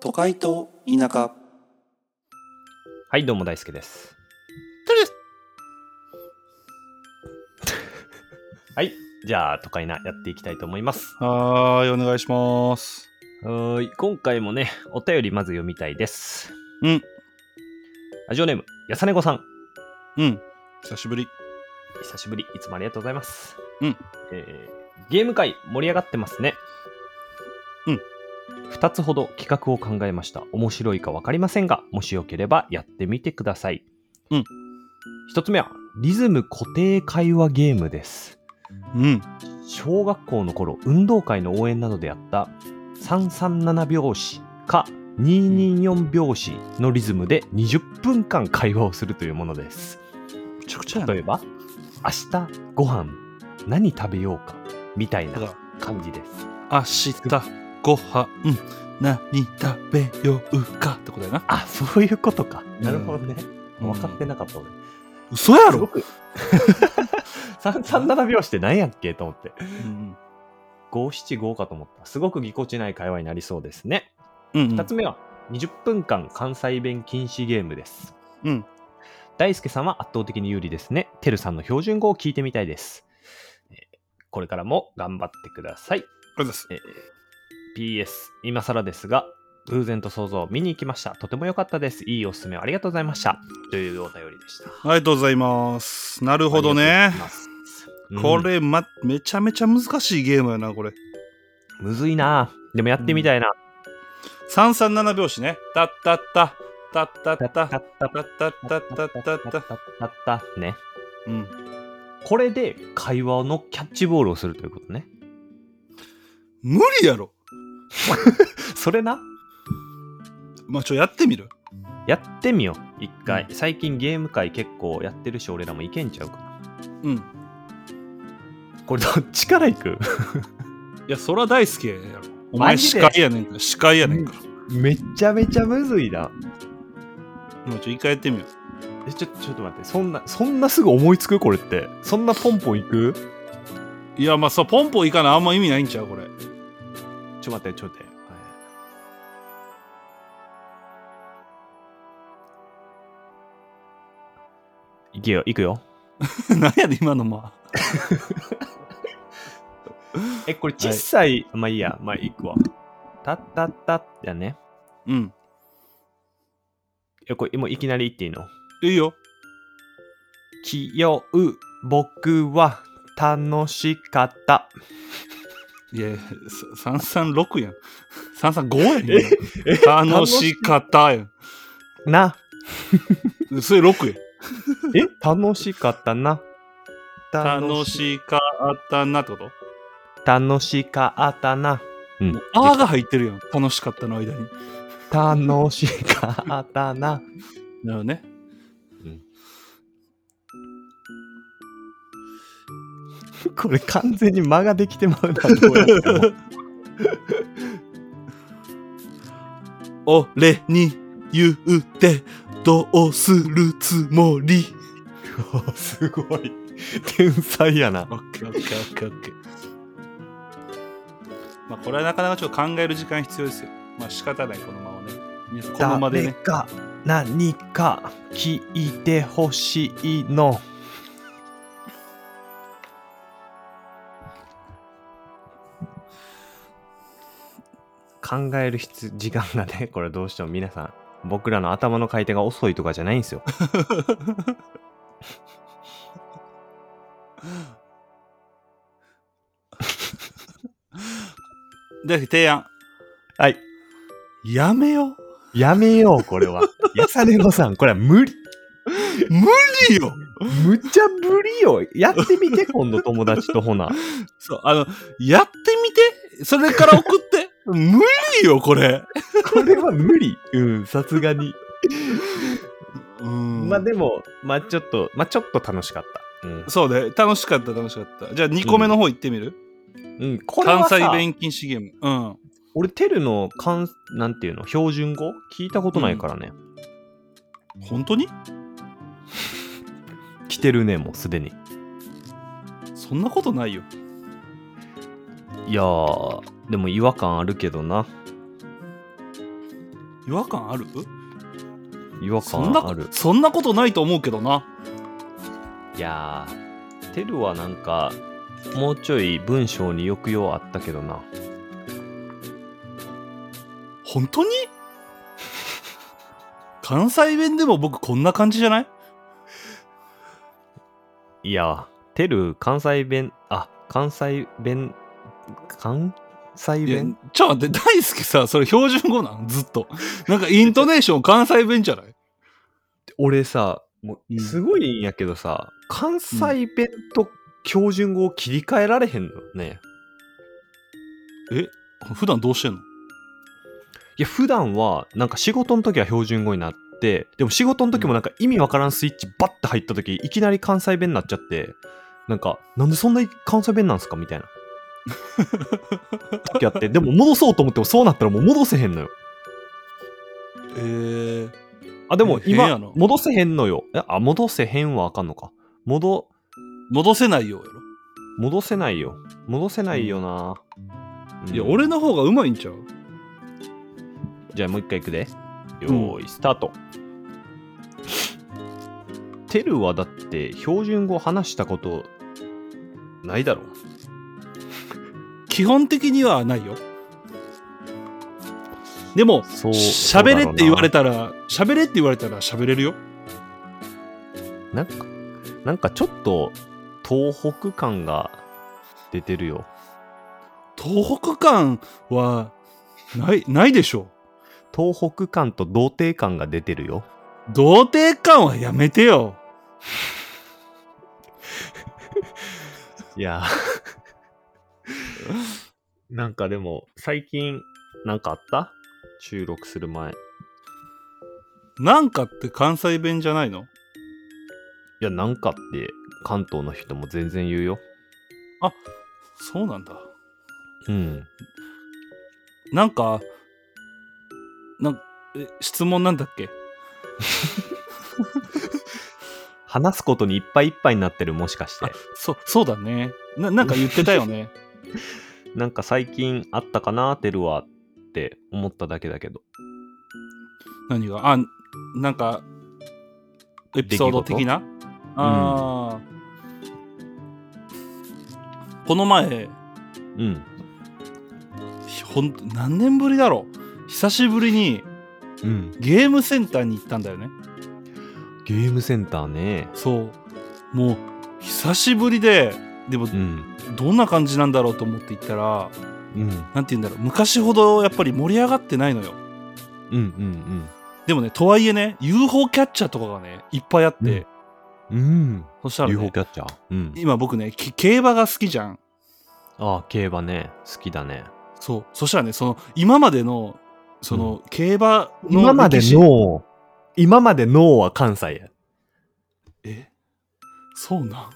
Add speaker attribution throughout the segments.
Speaker 1: 都会と田舎
Speaker 2: はい、どうも大輔です。
Speaker 3: とりあえず
Speaker 2: はい、じゃあ、都会なやっていきたいと思います。
Speaker 3: はーい、お願いします。
Speaker 2: はーい、今回もね、お便りまず読みたいです。
Speaker 3: うん。
Speaker 2: ラジオネーム、やさねごさん。
Speaker 3: うん。久しぶり。
Speaker 2: 久しぶり、いつもありがとうございます。
Speaker 3: うん。
Speaker 2: えーゲーム界盛り上がってますね。
Speaker 3: うん。
Speaker 2: 2つほど企画を考えました。面白いか分かりませんが、もしよければやってみてください。
Speaker 3: うん。
Speaker 2: 1つ目は、リズム固定会話ゲームです。
Speaker 3: うん。
Speaker 2: 小学校の頃運動会の応援などでやった337拍子か224拍子のリズムで20分間会話をするというものです
Speaker 3: めちゃくちゃやな
Speaker 2: 例えば「明日ご飯何食べようか」みたい
Speaker 3: た
Speaker 2: な
Speaker 3: だ
Speaker 2: 感じです
Speaker 3: 明日ご飯何食べようかってことやな。
Speaker 2: あそういうことかなるほどね、
Speaker 3: うん
Speaker 2: 分かってなかった俺
Speaker 3: 嘘や
Speaker 2: すご
Speaker 3: ろ、
Speaker 2: く337拍子って何やっけと思って
Speaker 3: うん、
Speaker 2: 575かと思ったすごくぎこちない会話になりそうですね
Speaker 3: うん。
Speaker 2: 2つ目は20分間関西弁禁止ゲームです。
Speaker 3: うん。
Speaker 2: 大輔さんは圧倒的に有利ですね。てるさんの標準語を聞いてみたいです。えーこれからも頑張ってください。
Speaker 3: ありがとうございます。
Speaker 2: えー PS、今更ですが、偶然と想像見に行きました。とても良かったです。いいおすすめをありがとうございました。というお便りでした。
Speaker 3: あ
Speaker 2: な
Speaker 3: りがとうございます。なるほどね。。
Speaker 2: うん
Speaker 3: これ、ま、めちゃめちゃ難しいゲームやな、これ。
Speaker 2: むずいな。でもやってみたいな。
Speaker 3: 337拍子ね。たったった。たったった。た
Speaker 2: た
Speaker 3: っ
Speaker 2: っ
Speaker 3: た
Speaker 2: た
Speaker 3: ったったったった。
Speaker 2: たったね。
Speaker 3: うん。
Speaker 2: これで会話のキャッチボールをするということね。
Speaker 3: 無理やろ。
Speaker 2: それな、
Speaker 3: まあ、ちょ、やってみる
Speaker 2: やってみよう、一回。最近ゲーム界結構やってるし、俺らもいけんちゃうかな。
Speaker 3: うん。い
Speaker 2: これどっちからいく
Speaker 3: や、そら大好きやろ。お
Speaker 2: マ
Speaker 3: 前
Speaker 2: ジ
Speaker 3: 司
Speaker 2: で
Speaker 3: 会やねんから、司会やねんから。
Speaker 2: めちゃめちゃむずいな。
Speaker 3: もうちょ、一回やってみよう。
Speaker 2: え、ちょ、ちょっと待って、そんな、そんなすぐ思いつくこれって。そんなポンポンいく
Speaker 3: いやまあそうポンポンいかなあんま意味ないんちゃう これ
Speaker 2: ちょ、待って、ちょ、待って。いけよ、いくよ。
Speaker 3: 何やねん今のまあ
Speaker 2: え、これ小さい、まあいいや、まあいくわ。たったったってやね。
Speaker 3: うん
Speaker 2: え、これ、もういきなり言っていいの
Speaker 3: いいよ
Speaker 2: きよう、僕は楽しかった。
Speaker 3: いやさ336やん335やん今の楽しかったや
Speaker 2: な。
Speaker 3: んそれ6
Speaker 2: え楽しかったな。
Speaker 3: や楽しかったなってこと
Speaker 2: 楽しかったな。うん。
Speaker 3: あーが入ってるやん楽しかったの間に
Speaker 2: 楽しかったな。
Speaker 3: なるほどね
Speaker 2: これ完全に間ができてまうな。どうやっても
Speaker 3: 俺に言うてどうするつもり
Speaker 2: すごい。天才やな
Speaker 3: オ。ッケーオッケーオッケーオッケーまあこれはなかなかちょっと考える時間必要ですよまあ仕方ないこのままね皆さんこのままでね
Speaker 2: 誰か何か聞いてほしいの。考える必時間がね、これどうしても皆さん、僕らの頭の回転が遅いとかじゃないんですよ。
Speaker 3: で提案
Speaker 2: はい。
Speaker 3: やめよ
Speaker 2: やめよう、これ は。やさねのさん、これは無理。
Speaker 3: 無理よ
Speaker 2: むちゃぶりよ。やってみて、今度友達とほ な。
Speaker 3: そう、あの、やってみてそれから送って無理よ、これ
Speaker 2: これは無理。うん、さすがに。
Speaker 3: うん
Speaker 2: まあでも、まあちょっと、まあちょっと楽しかった。うん。
Speaker 3: そうね、楽しかった、楽しかった。じゃあ2個目の方行ってみる、
Speaker 2: うん、これは
Speaker 3: 関
Speaker 2: さ
Speaker 3: 西弁禁止ゲーム。うん。
Speaker 2: 俺テルの関なんていうの標準語聞いたことないからね、
Speaker 3: 本当に
Speaker 2: 来てるねもうすでに
Speaker 3: そんなことないよ。
Speaker 2: いやーでも違和感あるけどな
Speaker 3: 違和感ある
Speaker 2: 違和
Speaker 3: そんな
Speaker 2: 感ある
Speaker 3: そんなことないと思うけどない
Speaker 2: やーテルはなんかもうちょい文章に抑揚あったけどな
Speaker 3: 本当に関西弁でも僕こんな感じじゃない
Speaker 2: いやテル関西弁あ関西弁関西
Speaker 3: いや
Speaker 2: 弁
Speaker 3: ちょっと待って大輔さそれ標準語なんずっとなんかイントネーション関西弁じゃない
Speaker 2: 俺さも
Speaker 3: う
Speaker 2: うんすごいんやけどさ、関西弁と標準語を切り替えられへんのよね、
Speaker 3: 普段どうしてんの
Speaker 2: いや普段はなんか仕事の時は標準語になってでも仕事の時もなんか意味わからんスイッチバッて入った時いきなり関西弁になっちゃってなんかなんでそんなに関西弁なんすかみ たいな時あってでも戻そうと思ってもそうなったらもう戻せへんのよ
Speaker 3: えー、
Speaker 2: あでも
Speaker 3: え変
Speaker 2: 今
Speaker 3: やな
Speaker 2: 戻せへんのよえあ戻せへんはあかんのか戻
Speaker 3: 戻せないようやろ
Speaker 2: 戻せないよ戻せないよな、うん
Speaker 3: いや俺の方がうまいんちゃう
Speaker 2: じゃあもう一回いくで。よ
Speaker 3: うん
Speaker 2: ーい、スタート。テルはだって標準語話したことないだろ。
Speaker 3: 基本的にはないよでも
Speaker 2: そう
Speaker 3: 喋れって言われ
Speaker 2: た。
Speaker 3: たら喋れって言われたら喋れるよ
Speaker 2: なんか、なんかちょっと東北感が出てるよ。
Speaker 3: 東北感はないないでしょ
Speaker 2: 東北感と童貞感が出てるよ。
Speaker 3: 童貞感はやめてよ
Speaker 2: いやー なんかでも最近なんかあった収録する前。い
Speaker 3: なんかって関西弁じゃないの
Speaker 2: や、なんかって関東の人も全然言うよ。
Speaker 3: そうなんだ
Speaker 2: うん。
Speaker 3: なんかなんえ質問なんだっけ
Speaker 2: 話すことにいっぱいいっぱいになってるもしかして
Speaker 3: そそうだねななんか言ってたよ ね
Speaker 2: なんか最近あったかなテルはって思っただけだけど
Speaker 3: 何があなんかエピソード的なあーこの前
Speaker 2: うん
Speaker 3: ほん何年ぶりだろう久しぶりに
Speaker 2: うん
Speaker 3: ゲームセンターに行ったんだよね
Speaker 2: ゲームセンターね
Speaker 3: そうもう久しぶりででも
Speaker 2: うん
Speaker 3: どんな感じなんだろうと思って行ったら
Speaker 2: うん
Speaker 3: なんて言うんだろう昔ほどやっぱり盛り上がってないのよ
Speaker 2: うんうん
Speaker 3: でもねとはいえね UFO キャッチャーとかがねいっぱいあって、
Speaker 2: うんうんうん
Speaker 3: そしたら、
Speaker 2: UFO
Speaker 3: ね、
Speaker 2: キャッチャーうん
Speaker 3: 今僕ねき競馬が好きじゃん
Speaker 2: ああ競馬ね好きだね
Speaker 3: そうそしたらねその今までのその、競馬の歴史
Speaker 2: の今までのは関西や
Speaker 3: えそうなん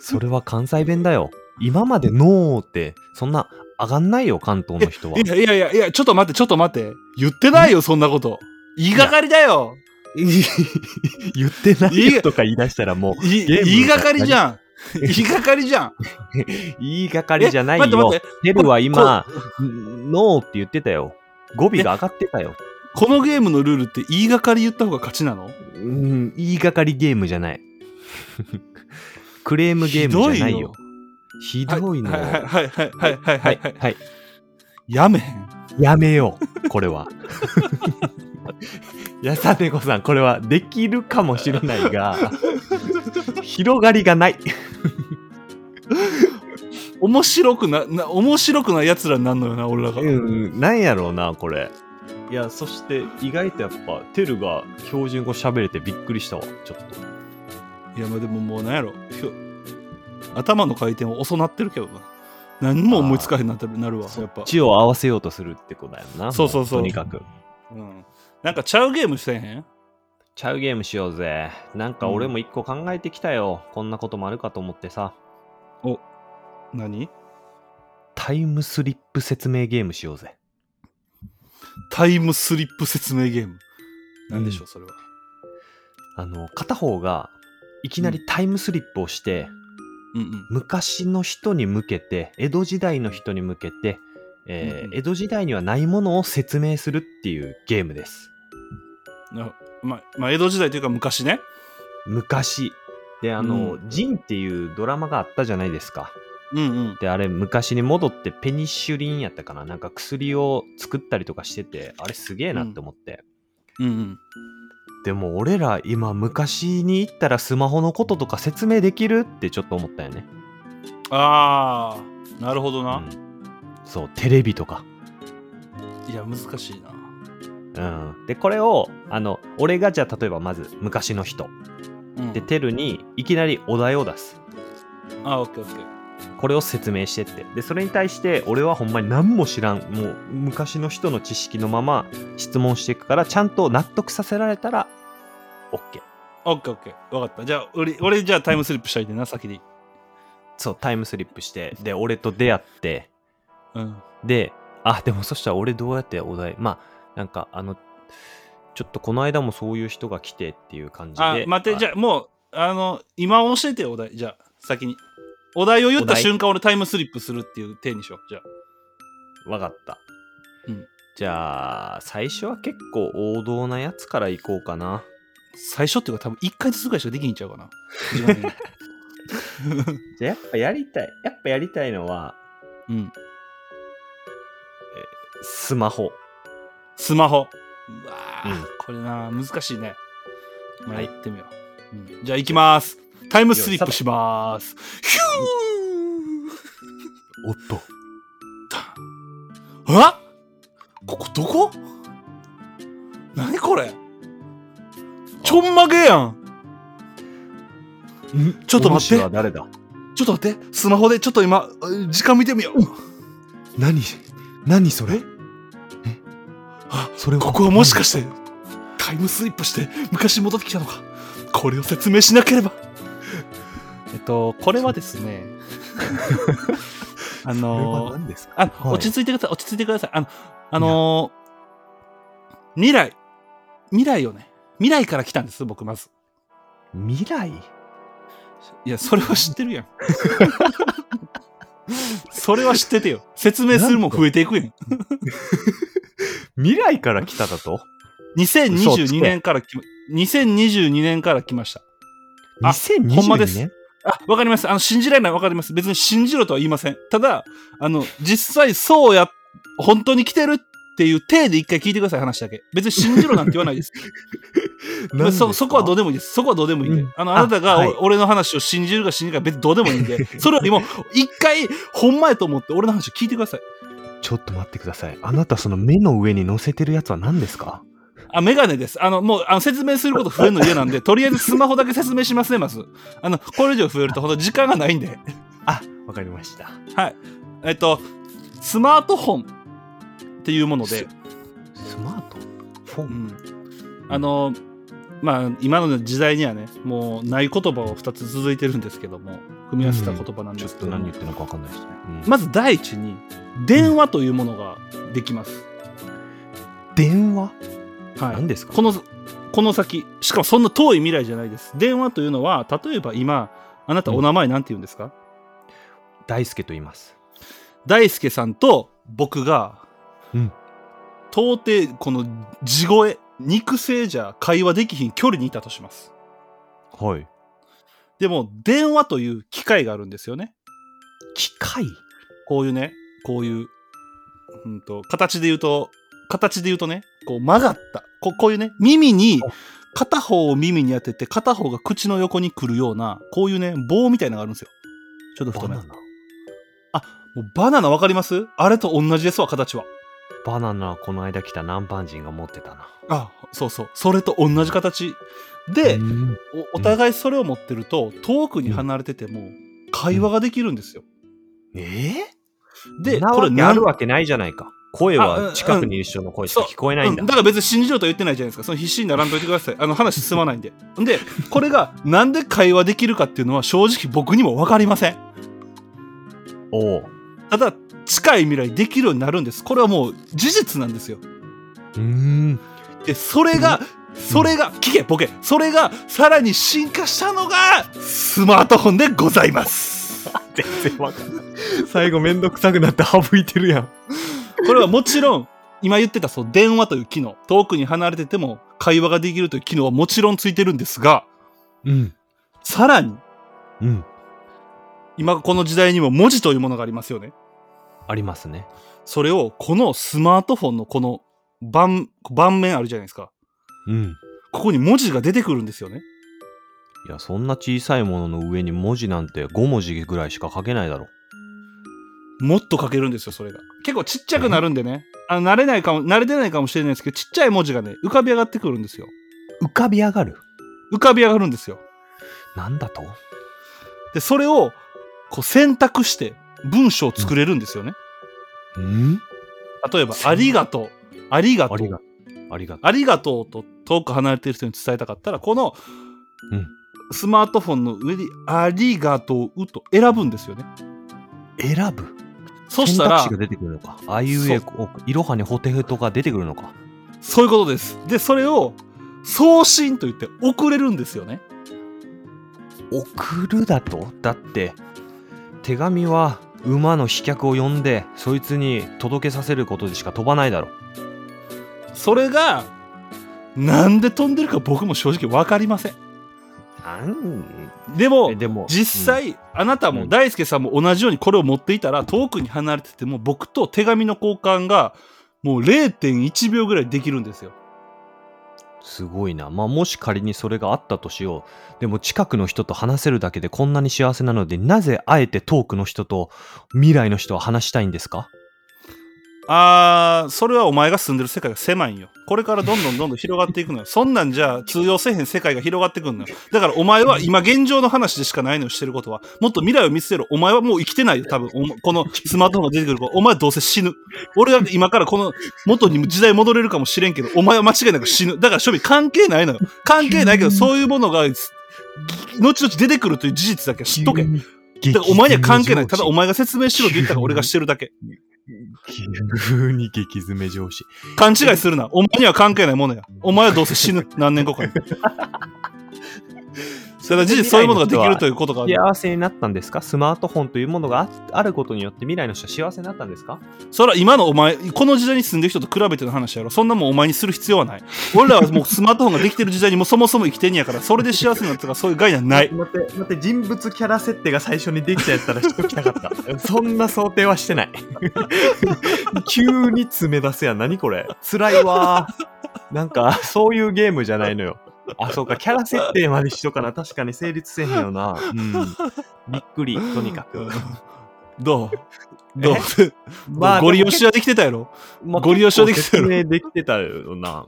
Speaker 2: それは関西弁だよ今までのってそんな上がんないよ関東の人はい
Speaker 3: やいやいやいやちょっと待ってちょっと待って言ってないよそんなこと言いがかりだよ
Speaker 2: 言ってないよとか言い出したらもう
Speaker 3: い
Speaker 2: ゲーム
Speaker 3: 言いがかりじゃん言いがかりじゃん
Speaker 2: 言いがかりじゃない
Speaker 3: え待って待
Speaker 2: よ
Speaker 3: って。
Speaker 2: テルは今、ノーって言ってたよ。語尾が上がってたよ。
Speaker 3: このゲームのルールって言いがかり言った方が勝ちなの
Speaker 2: うん、言いがかりゲームじゃない。 クレームゲームじゃないよ。ひどいの
Speaker 3: はい
Speaker 2: よ。
Speaker 3: はいはいはいはいはい
Speaker 2: は
Speaker 3: はいい、
Speaker 2: はい。
Speaker 3: やめへん
Speaker 2: やめよう、これは。 やさねこさん、これはできるかもしれないが、広がりがない。
Speaker 3: 面白くなな面白くないやつらになんのよな俺らが、
Speaker 2: うん、なんやろうな、これ。いや、そして意外とやっぱ、テルが標準語喋れてびっくりしたわ、ちょっと。
Speaker 3: いやまあでももうなんやろひょ頭の回転を遅なってるけどな何も思いつかへんなってるなるわやっぱ、
Speaker 2: 地を合わせようとするってことだよな。
Speaker 3: そうそうそう
Speaker 2: もとにかく。
Speaker 3: うん、なんかちゃうゲームしてへん
Speaker 2: ちゃうゲームしようぜ。なんか俺も一個考えてきたよ。こんなこともあるかと思ってさ。
Speaker 3: 何
Speaker 2: タイムスリップ説明ゲームしようぜ。
Speaker 3: タイムスリップ説明ゲームなんでしょうそれは、
Speaker 2: あの、片方がいきなりタイムスリップをして、
Speaker 3: うんうん
Speaker 2: 昔の人に向けて、江戸時代の人に向けて、えー
Speaker 3: うんうん
Speaker 2: 江戸時代にはないものを説明するっていうゲームです。
Speaker 3: なまあ、まあ、江戸時代というか昔ね。
Speaker 2: 昔であの、
Speaker 3: う
Speaker 2: ジンっていうドラマがあったじゃないですか
Speaker 3: うんうん。
Speaker 2: であれ昔に戻ってペニシュリンやったかななんか薬を作ったりとかしててあれすげえなって思って、
Speaker 3: うん
Speaker 2: でも俺ら今昔に行ったらスマホのこととか説明できるってちょっと思ったよね
Speaker 3: うん。ああ、なるほどな。
Speaker 2: うんそうテレビとか
Speaker 3: いや、難しいな。
Speaker 2: うんでこれをあの俺がじゃあ例えばまず昔の人
Speaker 3: うん
Speaker 2: でテルにいきなりお題を出す
Speaker 3: ああ、オッケーオッケー。
Speaker 2: これを説明してってでそれに対して俺はほんまに何も知らんもう昔の人の知識のまま質問していくからちゃんと納得させられたら OK
Speaker 3: オッケーオッケー。わかった。じゃあ、俺、俺じゃあタイムスリップしたいでな、先に。
Speaker 2: そうタイムスリップしてで俺と出会って
Speaker 3: うん。
Speaker 2: であでもそしたら俺どうやってお題まあなんかあのちょっとこの間もそういう人が来てっていう感じで
Speaker 3: あ
Speaker 2: あ、
Speaker 3: 待って、じゃあ、もう、あの、今教えてよ、お題。じゃあ、先に。お題を言っ
Speaker 2: お
Speaker 3: た
Speaker 2: 題
Speaker 3: 瞬間、俺タイムスリップするっていう手にしよう。じゃあ。
Speaker 2: わかった、
Speaker 3: うん
Speaker 2: じゃあ最初は結構王道なやつからいこうかな
Speaker 3: 最初っていうか、多分1回ずつぐらいしかできんちゃうか な。自分で
Speaker 2: じゃあやっぱやりたいやっぱやりたいのは
Speaker 3: うん。
Speaker 2: スマホ
Speaker 3: スマホ。うわー
Speaker 2: うん
Speaker 3: これな、難しいね。まあ、
Speaker 2: はい
Speaker 3: やってみよう。うんじゃあ、行きます。タイムスリップします。ヒ
Speaker 2: おっと
Speaker 3: ューあここどこ何これちょんまげやん。
Speaker 2: ん
Speaker 3: ちょっと待って
Speaker 2: お主は誰だ
Speaker 3: ちょっと待って、スマホでちょっと今、時間見てみよう。
Speaker 2: 何何それ
Speaker 3: あ
Speaker 2: それ
Speaker 3: ここはもしかして、タイムスリップして昔に戻ってきたのか。これを説明しなければ。えっと、これはです ね、あのー、
Speaker 2: 何ですか
Speaker 3: あ、
Speaker 2: はい
Speaker 3: 落ち着いてください、落ち着いてください。あの、あのー未来、未来をね、未来から来たんです、僕まず。
Speaker 2: 未来
Speaker 3: いや、それは知ってるやん。 それは知っててよ。説明するもん増えていくやん。
Speaker 2: 未来から来ただと嘘つけ
Speaker 3: 2022年からきま、2022年から来ました。あ
Speaker 2: 2022年
Speaker 3: ほんまですあ、わかります。あの、信じられないわかります。別に信じろとは言いません。ただ、あの、実際そうや、本当に来てるっていう体で一回聞いてください、話だけ。別に信じろなんて言わないです。
Speaker 2: 何です
Speaker 3: そ
Speaker 2: か
Speaker 3: そこはどうでもいいです。そこはどうでもいいんで。
Speaker 2: うん
Speaker 3: あの、あなたがお、
Speaker 2: あはい
Speaker 3: 俺の話を信じるか信じるか別にどうでもいいん で、それよりも、一回、ほんまやと思って俺の話を聞いてください。
Speaker 2: ちょっと待ってくださいあなたその目の上に乗せてるやつは何ですか
Speaker 3: あ、メガネです。あの、もう、あの、説明すること増えるの嫌 なんで、とりあえずスマホだけ説明しますね、まず。あの、これ以上増えると、ほんと時間がないんで。
Speaker 2: あわかりました
Speaker 3: えっと、スマートフォンっていうもので、
Speaker 2: スマートフォ
Speaker 3: う
Speaker 2: ン、
Speaker 3: ん、あのまあ今の時代にはねもうない言葉を2つ続いてるんですけども組み合わせた言葉なん
Speaker 2: ち
Speaker 3: で
Speaker 2: ょっ
Speaker 3: すけ
Speaker 2: と
Speaker 3: ども、
Speaker 2: 何言ってるのかわかんないですね、うん
Speaker 3: まず第一に電話というものができます、
Speaker 2: 電話
Speaker 3: はい
Speaker 2: 何ですか
Speaker 3: このこの先しかもそんな遠い未来じゃないです電話というのは例えば今あなたお名前なんて言うんですか、
Speaker 2: 大輔と言います
Speaker 3: 大輔さんと僕が、
Speaker 2: うん
Speaker 3: 到底この地声肉声じゃ会話できひん距離にいたとします
Speaker 2: はい
Speaker 3: でも電話という機会があるんですよね
Speaker 2: 機械
Speaker 3: こういうね、こういう、うんと、形で言うと、形で言うとね、こう曲がった。ここういうね、耳に
Speaker 2: お、
Speaker 3: 片方を耳に当てて、片方が口の横に来るような、こういうね、棒みたいなのがあるんですよ。ちょっと太
Speaker 2: バ
Speaker 3: め。
Speaker 2: ナ
Speaker 3: も
Speaker 2: ナ
Speaker 3: うバナナわかりますあれと同じですわ、形は。
Speaker 2: バナナこの間来た南蛮人が持ってたな
Speaker 3: あ、そうそう。それと同じ形。で
Speaker 2: う、ん
Speaker 3: おお互いそれを持ってると、遠くに離れてても、会話ができるんですよ。
Speaker 2: ええ
Speaker 3: で、
Speaker 2: な
Speaker 3: これ
Speaker 2: わけあ
Speaker 3: 何
Speaker 2: るわけないじゃないか。声
Speaker 3: あうん
Speaker 2: は近くにいる人の声しか聞こえないんだ。
Speaker 3: うん、だから別に信じろとは言ってないじゃないですかその必死にならんといてくださいあの話進まないんででこれがなんで会話できるかっていうのは正直僕にも分かりません
Speaker 2: おう
Speaker 3: ただ近い未来できるようになるんですこれはもう事実なんですよ
Speaker 2: うーん。
Speaker 3: でそれがそれが聞けボケそれがさらに進化したのがスマートフォンでございます
Speaker 2: 全然わかんない。最後めんどくさくなって省いてるやん。
Speaker 3: これはもちろん今言ってた、そう、電話という機能、遠くに離れてても会話ができるという機能はもちろんついてるんですが、
Speaker 2: うん。
Speaker 3: さらに、
Speaker 2: うん。
Speaker 3: 今この時代にも文字というものがありますよね。
Speaker 2: ありますね。
Speaker 3: それを、このスマートフォンのこの盤、盤面あるじゃないですか。
Speaker 2: うん。
Speaker 3: ここに文字が出てくるんですよね。
Speaker 2: いや、そんな小さいものの上に文字なんて5文字ぐらいしか書けないだろ。
Speaker 3: もっと書けるんですよ、それが。結構ちっちゃくなるんでね。あの慣れないかも、慣れてないかもしれないですけど、ちっちゃい文字がね、浮かび上がってくるんですよ。
Speaker 2: 浮かび上がる
Speaker 3: 浮かび上がるんですよ。
Speaker 2: なんだと
Speaker 3: で、それを、こう選択して文章を作れるんですよね。
Speaker 2: うん
Speaker 3: 例えば、ありがとう、ありがと
Speaker 2: あり
Speaker 3: う
Speaker 2: が、ありがと
Speaker 3: ありがとうと遠く離れている人に伝えたかったら、この
Speaker 2: うん、
Speaker 3: スマートフォンの上に、ありがとうと選ぶんですよね。
Speaker 2: う。選ぶ
Speaker 3: そしたら
Speaker 2: 選択肢、が出てくるのか。あいうえおいろはにほてふとが出てくるのか。
Speaker 3: そういうことです。で、それを、送信と言って送れるんですよね。
Speaker 2: 送るだとだって、手紙は馬の飛脚を呼んで、そいつに届けさせることでしか飛ばないだろ。
Speaker 3: それがなんで飛んでるか僕も正直分かりません
Speaker 2: なん
Speaker 3: でも
Speaker 2: えでも
Speaker 3: 実、際、あなた
Speaker 2: う
Speaker 3: も
Speaker 2: ん
Speaker 3: 大輔さんも同じようにこれを持っていたら遠くに離れてても僕と手紙の交換がもう0.1秒ぐらいできるんですよ
Speaker 2: うんすごいな。まあ、もし仮にそれがあったとしよう。でも近くの人と話せるだけでこんなに幸せなので、なぜあえて遠くの人と未来の人は話したいんですか
Speaker 3: あーそれはお前が住んでる世界が狭いんよこれからどんどんどんどん広がっていくのよそんなんじゃ通用せえへん世界が広がってくんのよだからお前は今現状の話でしかないのよしてることはもっと未来を見据えろお前はもう生きてないよ多分おこのスマートフォンが出てくる子お前はどうせ死ぬ俺が今からこの元に時代戻れるかもしれんけどお前は間違いなく死ぬだから庶民関係ないのよ関係ないけどそういうものがぎ後々出てくるという事実だけは知っとけだからお前には関係ないただお前が説明しろって言ったから俺がしてるだけ
Speaker 2: 急に激詰め上司。
Speaker 3: 勘違いするな。お前には関係ないものや。お前はどうせ死ぬ。何年後 かに。ただ事実そういうものができるということがある。
Speaker 2: 幸せになったんですかスマートフォンというものがああることによって未来の人は幸せになったんですか
Speaker 3: それは今のお前、この時代に住んでる人と比べての話やろ。そんなもんお前にする必要はない。俺らはもうスマートフォンができてる時代にもうそもそも生きてんやから、それで幸せになったとかそういう概念はない。
Speaker 2: 待って、待って、人物キャラ設定が最初にできたやったらしときたかった。そんな想定はして ない。急に詰め出すやん。何これ辛いわー。なんか、そういうゲームじゃないのよ。あ、そうか、キャラ設定までしとかな。確かに成立せへんよな。うん。びっくり、とにかく。
Speaker 3: どう どう
Speaker 2: まあ
Speaker 3: ゴリ押しはできてたやろ。
Speaker 2: まあ
Speaker 3: ご利用しようできてる
Speaker 2: 結構説明できてたよな。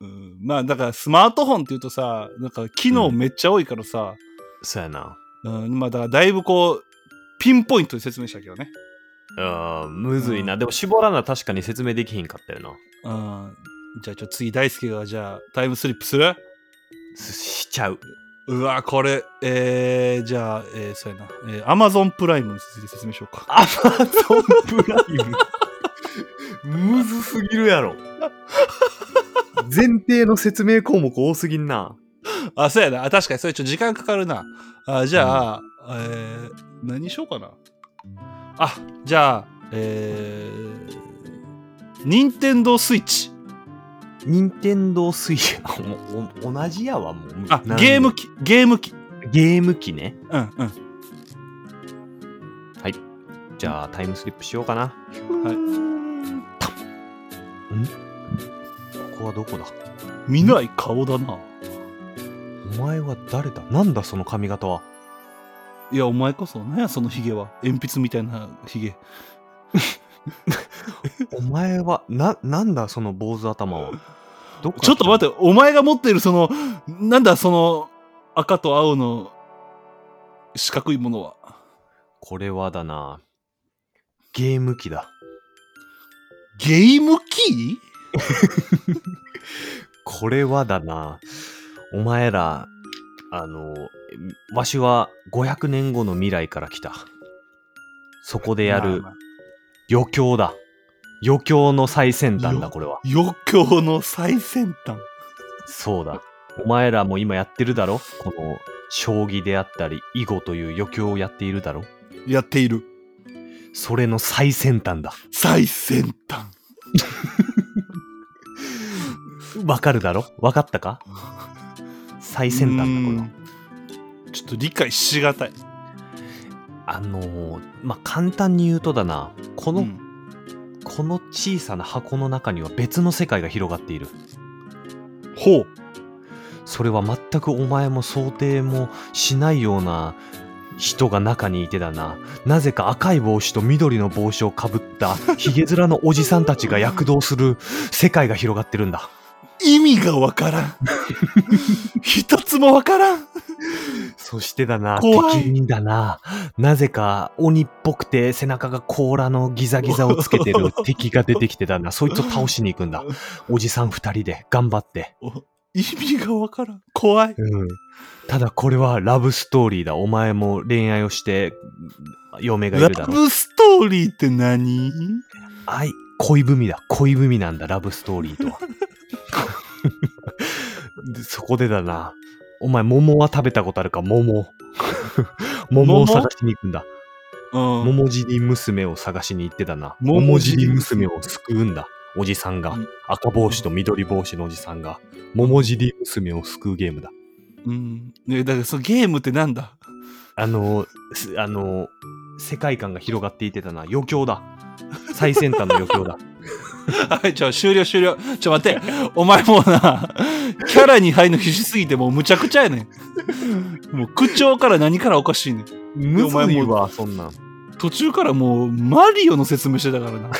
Speaker 3: うん、まあだからスマートフォンっていうとさ、なんか機能めっちゃ多いからさ、
Speaker 2: そうやな。
Speaker 3: うん、まあだからだいぶこう、ピンポイントで説明したけどね。
Speaker 2: うん、むずいな。でも絞らな確かに説明できひんかったよな。
Speaker 3: うん。じゃあ、ちょ、次、大輔が、じゃあ、タイムスリップする
Speaker 2: すしちゃ う。
Speaker 3: うわ、これ、えー、じゃあ、えー、そうやな。えー、アマゾンプライムについて説明しようか。
Speaker 2: アマゾンプライム。むずすぎるやろ。前提の説明項目多すぎんな。
Speaker 3: あ、そうやな。あ確かに、それちょ、時間かかるな。あ、じゃあ、えー、何しようかな。あ、じゃあ、えー、任天堂スイッチ。
Speaker 2: 任天堂スイッチ、もうお同じやわ、もう。
Speaker 3: あ
Speaker 2: なん、で
Speaker 3: ゲーム機、ゲーム機。
Speaker 2: ゲーム機ね。
Speaker 3: うん、うん。
Speaker 2: じゃあタイムスリップしようかな。
Speaker 3: はい
Speaker 2: んここはどこだ
Speaker 3: 見ない顔だな。
Speaker 2: お前は誰だなんだその髪型は。
Speaker 3: いや、お前こそ、何や、そのヒゲは。鉛筆みたいなヒゲ。
Speaker 2: お前は、な、なんだその坊主頭は。どこ
Speaker 3: ちょっと待って、お前が持っているその、なんだその、赤と青の四角いものは。
Speaker 2: これはだな。ゲーム機だ。
Speaker 3: ゲームキ
Speaker 2: これはだな。お前ら、あの、わしは500年後の未来から来た。そこで
Speaker 3: ー
Speaker 2: やる余興だ。余興の最先端だ、これは。
Speaker 3: 余興の最先端。
Speaker 2: そうだ。お前らも今やってるだろこの、将棋であったり、囲碁という余興をやっているだろ
Speaker 3: やっている。
Speaker 2: それの最先端だ。
Speaker 3: 最先端。
Speaker 2: わかるだろわかったか最先端だ、これは。
Speaker 3: うんちょっと理解しがたい、
Speaker 2: あのーまあ、簡単に言うとだな、この、
Speaker 3: うん
Speaker 2: この小さな箱の中には別の世界が広がっている。
Speaker 3: ほう
Speaker 2: それは全くお前も想定もしないような人が中にいてだな。なぜか赤い帽子と緑の帽子をかぶったヒゲ面のおじさんたちが躍動する世界が広がってるんだ。
Speaker 3: 意味がわから ん一つもわからん
Speaker 2: そしてだな、
Speaker 3: 怖い
Speaker 2: 敵にだな、なぜか鬼っぽくて背中が甲羅のギザギザをつけ てる敵が出てきてだな、そいつを倒しに行くんだ。おじさん二人で頑張って。
Speaker 3: 意味がわからん怖い
Speaker 2: うん。ただこれはラブストーリーだ。お前も恋愛をして、嫁がい
Speaker 3: ラ
Speaker 2: るだろう。
Speaker 3: ブストーリーって何
Speaker 2: 愛、恋文だ。恋文なんだ、ラブストーリーとは。でそこでだな、お前桃は食べたことあるか、 桃。桃を探しに行くんだ。
Speaker 3: うん
Speaker 2: 桃尻娘を探しに行ってたな。
Speaker 3: 桃
Speaker 2: 桃
Speaker 3: 尻
Speaker 2: 尻
Speaker 3: 娘
Speaker 2: 娘を救うんだ。おじさんが
Speaker 3: うん。
Speaker 2: 赤帽子と緑帽子のおじさんが。桃尻娘を救うゲームだ。
Speaker 3: うんねだからそのゲームってなんだ
Speaker 2: あのー、すあのー、世界観が広がっていってたな。余興だ。最先端の余 興だ。
Speaker 3: はい、ちょ、終了終了。ちょ、待って。お前もうな、キャラに入るの必死すぎて、もうむちゃくちゃやねん。もう口調から何からおかしいねん。
Speaker 2: む
Speaker 3: ずい
Speaker 2: わ、そんなん。
Speaker 3: 途中からもう、マリオの説明してたからな。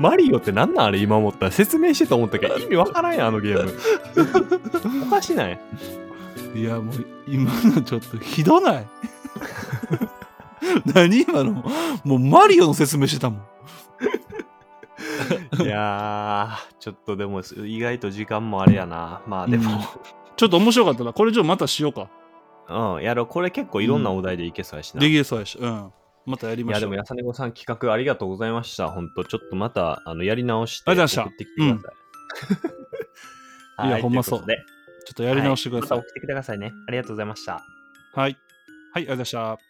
Speaker 2: マリオってなんなんあれ今思ったら説明してと思ったけど意味わからんやんあのゲーム。 おかしない
Speaker 3: いや、もう、今のちょっとひどない。 何今のもうマリオの説明してたもん。
Speaker 2: いやー、ちょっとでも意外と時間もあれやな。まあでも、
Speaker 3: ちょっと面白かったな。これちょっとまたしようか。
Speaker 2: うん、やろう。これ結構いろんなお題でいけそうやしな。
Speaker 3: できるそうやし。うん。またやり
Speaker 2: い
Speaker 3: ま
Speaker 2: や
Speaker 3: し
Speaker 2: で
Speaker 3: ょう。
Speaker 2: も、やさねごさん企画ありがとうございました。本当ちょっとまた、あの、やり直して、
Speaker 3: ありがとうござい
Speaker 2: 送
Speaker 3: ま
Speaker 2: っ
Speaker 3: して
Speaker 2: きてください。
Speaker 3: いや
Speaker 2: は
Speaker 3: ほんまそう
Speaker 2: といことで
Speaker 3: ちょっとやり直してください。
Speaker 2: はいまた送ってくださいね。ありがとうございました。
Speaker 3: はい。はい、ありがとうございました。